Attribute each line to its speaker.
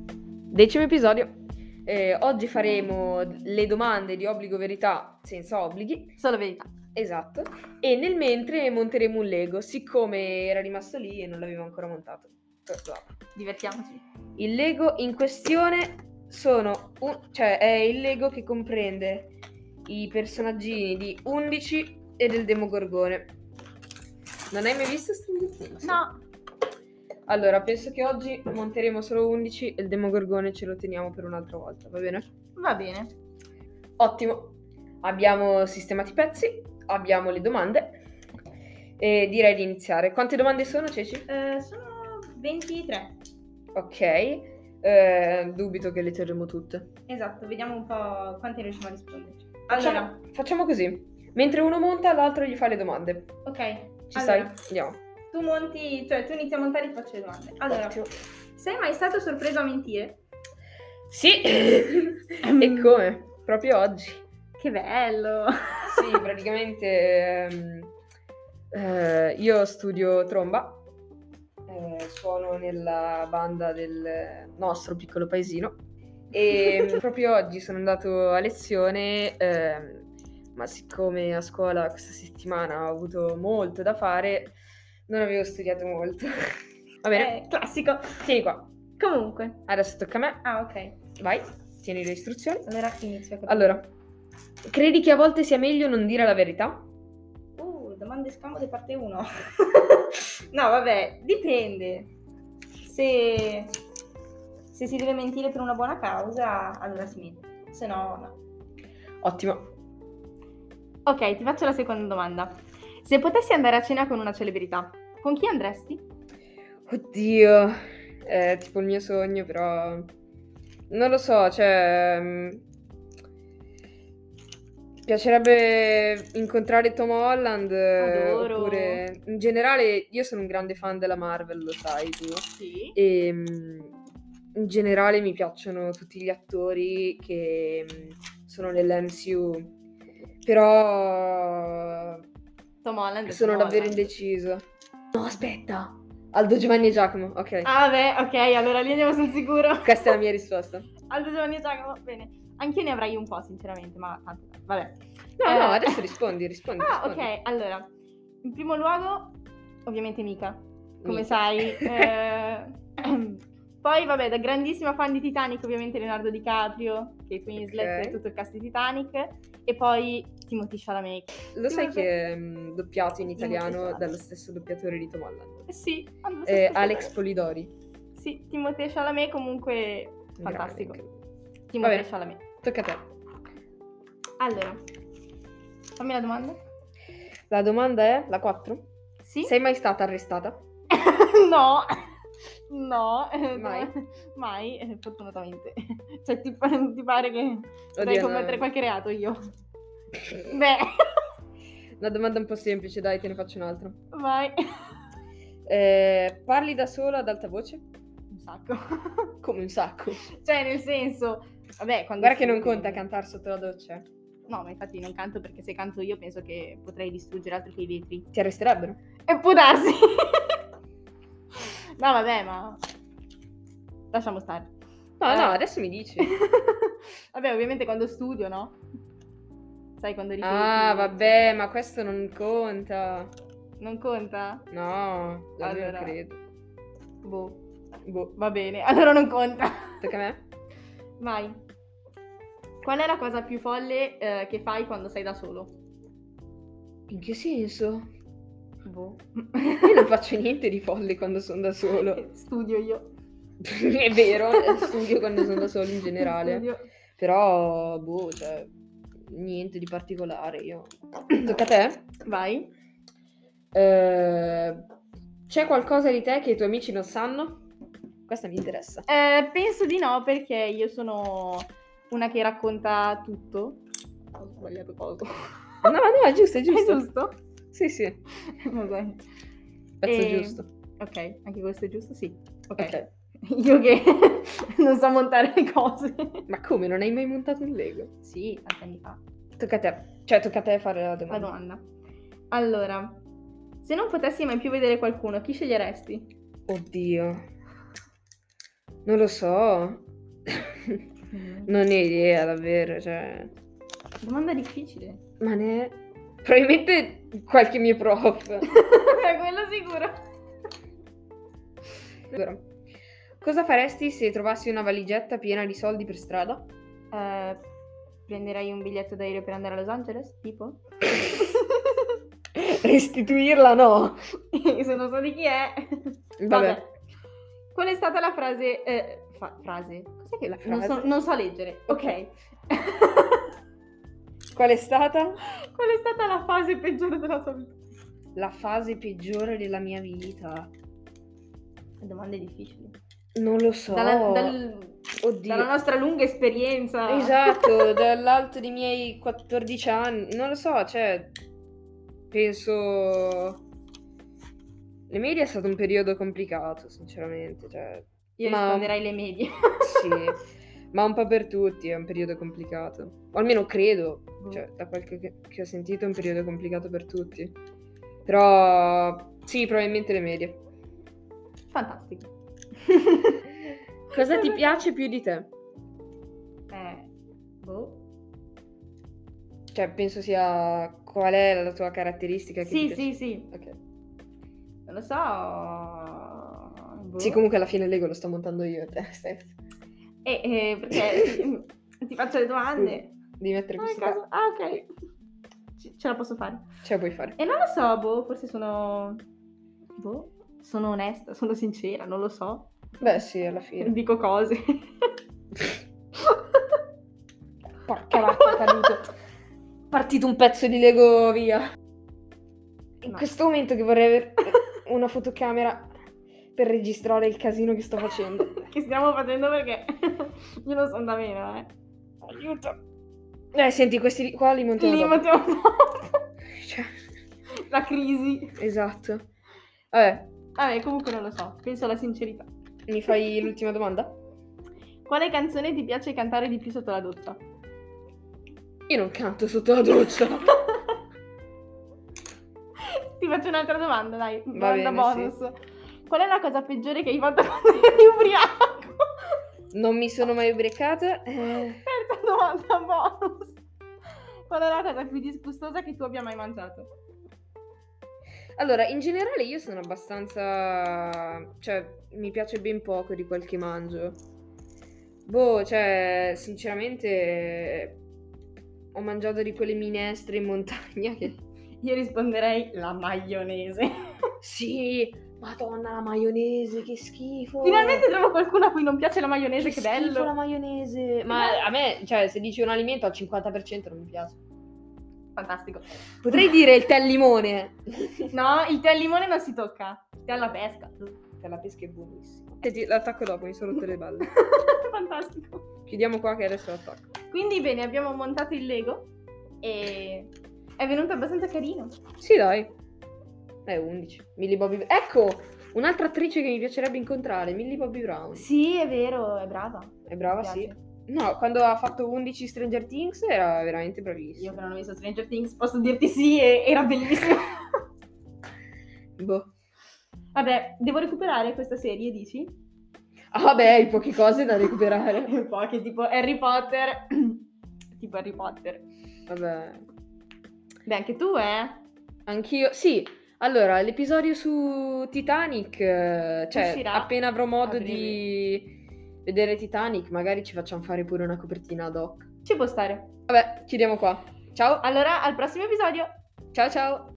Speaker 1: Decimo episodio. Eh, oggi faremo le domande di obbligo verità senza obblighi.
Speaker 2: Solo verità.
Speaker 1: Esatto. E nel mentre monteremo un Lego, siccome era rimasto lì e non l'avevo ancora montato. Lo apro.
Speaker 2: Divertiamoci.
Speaker 1: Il Lego in questione sono un- cioè è il Lego che comprende i personaggini di 11 e del Demogorgone. Non hai mai visto Stranger Things?
Speaker 2: No.
Speaker 1: Allora, penso che oggi monteremo solo 11 e il Demogorgone ce lo teniamo per un'altra volta, va bene?
Speaker 2: Va bene.
Speaker 1: Ottimo. Abbiamo sistemato i pezzi, abbiamo le domande e direi di iniziare. Quante domande sono, Ceci?
Speaker 2: Eh, sono 23.
Speaker 1: Ok, eh, dubito che le terremo tutte.
Speaker 2: Esatto, vediamo un po' quanti riusciamo a risponderci.
Speaker 1: Facciamo, facciamo così. Mentre uno monta, l'altro gli fa le domande.
Speaker 2: ok.
Speaker 1: Ci
Speaker 2: allora,
Speaker 1: stai? Andiamo.
Speaker 2: Tu monti, cioè tu inizi a montare e ti faccio le domande. Allora,
Speaker 1: Ottimo.
Speaker 2: sei mai stato sorpreso a mentire?
Speaker 1: Sì! e come? Proprio oggi.
Speaker 2: Che bello!
Speaker 1: Sì, praticamente ehm, eh, io studio tromba, eh, suono nella banda del nostro piccolo paesino e proprio oggi sono andato a lezione, ehm, ma siccome a scuola questa settimana ho avuto molto da fare, non avevo studiato molto. Va bene,
Speaker 2: Eh, classico.
Speaker 1: tieni qua,
Speaker 2: Comunque.
Speaker 1: adesso tocca a me,
Speaker 2: Ah, ok.
Speaker 1: vai, tieni le istruzioni.
Speaker 2: Allora inizio. con-
Speaker 1: Allora, credi che a volte sia meglio non dire la verità?
Speaker 2: Uh, domande scomode parte 1. no, vabbè, dipende. Se, se si deve mentire per una buona causa, allora si mente. Se no, no.
Speaker 1: Ottimo.
Speaker 2: Ok, ti faccio la seconda domanda. Se potessi andare a cena con una celebrità, con chi andresti?
Speaker 1: Oddio, è tipo il mio sogno, però non lo so, cioè mm, piacerebbe incontrare Tom Holland eh,
Speaker 2: Adoro.
Speaker 1: oppure in generale io sono un grande fan della Marvel, lo sai tu.
Speaker 2: Sì.
Speaker 1: E mm, in generale mi piacciono tutti gli attori che mm, sono nell'MCU. Però
Speaker 2: Tom Holland.
Speaker 1: sono davvero indeciso. No, aspetta. Aldo Giovanni e Giacomo, ok.
Speaker 2: Ah, beh, ok, allora lì andiamo sul sicuro.
Speaker 1: Questa è la mia risposta. No,
Speaker 2: Aldo Giovanni e Giacomo, bene. Anch'io ne avrei un po', sinceramente, ma tanto. Vabbè. Eh.
Speaker 1: no, adesso rispondi, rispondi.
Speaker 2: Ah,
Speaker 1: rispondi.
Speaker 2: ok, allora, in primo luogo, ovviamente Mika, come
Speaker 1: Mica.
Speaker 2: sai. eh, poi, vabbè, da grandissima fan di Titanic, ovviamente Leonardo DiCaprio, Kate Winslet
Speaker 1: Ok.
Speaker 2: e tutto il cast di Titanic, e poi Timothy Chalamet.
Speaker 1: Lo sai
Speaker 2: Io-
Speaker 1: che è mm, doppiato in
Speaker 2: Non
Speaker 1: italiano
Speaker 2: so.
Speaker 1: dallo stesso doppiatore di Tom Holland?
Speaker 2: Sì, hanno lo
Speaker 1: Eh,
Speaker 2: stesso
Speaker 1: Alex
Speaker 2: colore.
Speaker 1: Polidori.
Speaker 2: Sì, Timothée Chalamet comunque fantastico.
Speaker 1: Grande, incredibile.
Speaker 2: Timothée
Speaker 1: bene.
Speaker 2: Chalamet.
Speaker 1: Tocca a te.
Speaker 2: Allora, fammi la domanda.
Speaker 1: La domanda è la 4.
Speaker 2: Sì?
Speaker 1: Sei mai stata arrestata?
Speaker 2: No, no, eh,
Speaker 1: Mai?
Speaker 2: no, mai, eh, fortunatamente. Cioè, ti, pa- ti pare che potrei
Speaker 1: Oddio, no.
Speaker 2: commettere qualche reato io? Beh,
Speaker 1: Una domanda un po' semplice, dai, te ne faccio un'altra.
Speaker 2: vai.
Speaker 1: Eh, parli da sola ad alta voce?
Speaker 2: Un sacco.
Speaker 1: Come un sacco.
Speaker 2: Cioè, nel senso, vabbè, quando...
Speaker 1: Guarda che
Speaker 2: scrivi-
Speaker 1: non conta cantare sotto la doccia. eh.
Speaker 2: No, ma infatti non canto perché se canto io penso che potrei distruggere altro che i vetri.
Speaker 1: Ti arresterebbero.
Speaker 2: E può darsi. No, vabbè, ma... Lasciamo stare.
Speaker 1: No,
Speaker 2: Eh.
Speaker 1: no, adesso mi dici.
Speaker 2: vabbè, ovviamente quando studio, no? Sai, quando ripeti...
Speaker 1: Ah, vabbè, ma questo non conta.
Speaker 2: Non conta?
Speaker 1: No, allora
Speaker 2: Allora.
Speaker 1: non credo.
Speaker 2: Boh,
Speaker 1: Boh,
Speaker 2: va bene, allora non conta.
Speaker 1: tocca a me.
Speaker 2: Vai. Qual è la cosa più folle eh, che fai quando sei da solo?
Speaker 1: In che senso?
Speaker 2: Boh.
Speaker 1: Io non faccio niente di folle quando sono da solo.
Speaker 2: Studio io.
Speaker 1: È vero, eh, studio quando sono da solo in generale.
Speaker 2: Studio.
Speaker 1: Però, boh, cioè, niente di particolare. Io. Tocca a te?
Speaker 2: Vai.
Speaker 1: Eh, c'è qualcosa di te che i tuoi amici non sanno? Questa mi interessa.
Speaker 2: Eh, penso di no perché io sono una che racconta tutto. Ho sbagliato cosa.
Speaker 1: No, no, è giusto, è
Speaker 2: È
Speaker 1: giusto.
Speaker 2: giusto?
Speaker 1: Sì, sì,
Speaker 2: Vabbè.
Speaker 1: pezzo
Speaker 2: E-
Speaker 1: giusto.
Speaker 2: Ok, anche questo è giusto? Sì. ok.
Speaker 1: Ehm, Ok.
Speaker 2: Io che non so montare le cose.
Speaker 1: Ma come, non hai mai montato un Lego?
Speaker 2: Sì, tanti anni fa.
Speaker 1: Tocca a te. Cioè, tocca a te fare la
Speaker 2: La
Speaker 1: domanda.
Speaker 2: domanda. Allora, se non potessi mai più vedere qualcuno, chi sceglieresti?
Speaker 1: Oddio. Non lo so. Non ne ho idea, davvero, cioè...
Speaker 2: Domanda difficile.
Speaker 1: Ma ne... Probabilmente qualche mio prof.
Speaker 2: Quello sicuro.
Speaker 1: Allora, Cosa faresti se trovassi una valigetta piena di soldi per strada?
Speaker 2: Eh, prenderai un biglietto d'aereo per andare a Los Angeles? Tipo?
Speaker 1: Restituirla no!
Speaker 2: Se non so di chi è.
Speaker 1: Vabbè.
Speaker 2: Qual è stata la frase? eh, fa- frase? Cos'è che
Speaker 1: La
Speaker 2: Non, so,
Speaker 1: frase?
Speaker 2: non so leggere. Ok.
Speaker 1: Qual è stata
Speaker 2: Qual è stata la fase peggiore della tua vita?
Speaker 1: la fase peggiore della mia vita?
Speaker 2: Domande difficili.
Speaker 1: Non lo so.
Speaker 2: Dalla, dal-
Speaker 1: Oh. Oddio.
Speaker 2: dalla nostra lunga esperienza.
Speaker 1: Esatto, dall'alto dei miei 14 anni, non lo so, cioè, penso... Le medie è stato un periodo complicato, sinceramente, cioè,
Speaker 2: Io
Speaker 1: Ma-
Speaker 2: risponderai le medie.
Speaker 1: sì, ma un po' per tutti è un periodo complicato, o almeno credo, cioè, da quel che, che ho sentito è un periodo complicato per tutti, però sì, probabilmente le medie.
Speaker 2: Fantastico.
Speaker 1: Cosa ti piace più di te?
Speaker 2: Eh, boh.
Speaker 1: Cioè, penso sia qual è la tua caratteristica che ti
Speaker 2: Sì,
Speaker 1: piace.
Speaker 2: sì, sì.
Speaker 1: Ok.
Speaker 2: Non lo so. Boh.
Speaker 1: Sì, comunque alla fine Lego lo sto montando io a te, stai-
Speaker 2: Eh, eh, perché ti faccio le domande.
Speaker 1: di mettere
Speaker 2: Ah,
Speaker 1: questo
Speaker 2: caso-
Speaker 1: qua.
Speaker 2: ah, ok. Ce- ce la posso fare.
Speaker 1: Ce la Cioè, puoi fare.
Speaker 2: E non lo so, boh, forse sono... Boh, sono onesta, sono sincera, non lo so.
Speaker 1: Beh, sì, alla fine.
Speaker 2: Dico cose.
Speaker 1: Porca vacca, è caduto. Partito un pezzo di Lego via. In
Speaker 2: No.
Speaker 1: questo momento che vorrei avere una fotocamera per registrare il casino che sto facendo.
Speaker 2: che stiamo facendo perché io non sono da meno, eh.
Speaker 1: Aiuto. Eh, senti, questi li- qua li montiamo
Speaker 2: Lì
Speaker 1: dopo.
Speaker 2: mettiamo dopo.
Speaker 1: Cioè,
Speaker 2: La crisi.
Speaker 1: esatto. Vabbè,
Speaker 2: Vabbè, comunque non lo so, penso alla sincerità.
Speaker 1: mi fai l'ultima domanda?
Speaker 2: Quale canzone ti piace cantare di più sotto la doccia?
Speaker 1: Io non canto sotto la doccia.
Speaker 2: Ti faccio un'altra domanda, dai.
Speaker 1: Va
Speaker 2: Domanda
Speaker 1: bene,
Speaker 2: bonus. Qual è la cosa peggiore che hai fatto quando eri ubriaco?
Speaker 1: Non mi sono mai ubriacata. eh.
Speaker 2: Terza domanda bonus. Qual è la cosa più disgustosa che tu abbia mai mangiato?
Speaker 1: Allora, in generale io sono abbastanza... cioè, mi piace ben poco di quel che mangio. Boh, cioè, sinceramente ho mangiato di quelle minestre in montagna che...
Speaker 2: Io risponderei la maionese.
Speaker 1: Sì, madonna, la maionese, che schifo!
Speaker 2: Finalmente trovo qualcuno a cui non piace la maionese,
Speaker 1: Oh. che,
Speaker 2: che
Speaker 1: schifo la
Speaker 2: bello.
Speaker 1: maionese! Ma a me, cioè, se dici un alimento al 50% non mi piace.
Speaker 2: Fantastico.
Speaker 1: Potrei dire il tè al limone!
Speaker 2: No, il tè al limone non si tocca. Il tè alla pesca.
Speaker 1: Per Cioè, la pesca è buonissimo. Senti, l'attacco dopo, mi sono rotto le balle.
Speaker 2: Fantastico.
Speaker 1: Chiudiamo qua che adesso l'attacco.
Speaker 2: Quindi bene, abbiamo montato il Lego e è venuto abbastanza carino.
Speaker 1: Sì, dai. Eh, 11. Millie Bobby... Ecco! Un'altra attrice che mi piacerebbe incontrare, Millie Bobby Brown.
Speaker 2: Sì, è vero, è brava.
Speaker 1: È brava,
Speaker 2: Mi
Speaker 1: sì.
Speaker 2: piace.
Speaker 1: No, quando ha fatto 11 Stranger Things era veramente
Speaker 2: Io
Speaker 1: bravissima.
Speaker 2: che non ho visto Stranger Things posso dirti sì, e- era bellissimo.
Speaker 1: Boh.
Speaker 2: Vabbè, devo recuperare questa serie, dici?
Speaker 1: Ah, vabbè, hai poche cose da recuperare.
Speaker 2: Eh, Un po' che tipo Harry Potter. tipo Harry Potter.
Speaker 1: vabbè.
Speaker 2: Beh, anche tu, eh?
Speaker 1: Anch'io... Sì, allora, l'episodio su Titanic... eh, Cioè,
Speaker 2: Uscirà
Speaker 1: appena avrò modo
Speaker 2: a breve.
Speaker 1: di vedere Titanic, magari ci facciamo fare pure una copertina ad hoc.
Speaker 2: Ci può stare.
Speaker 1: Vabbè, chiudiamo qua. Ciao,
Speaker 2: Ah. Allora, al prossimo episodio.
Speaker 1: ciao ciao!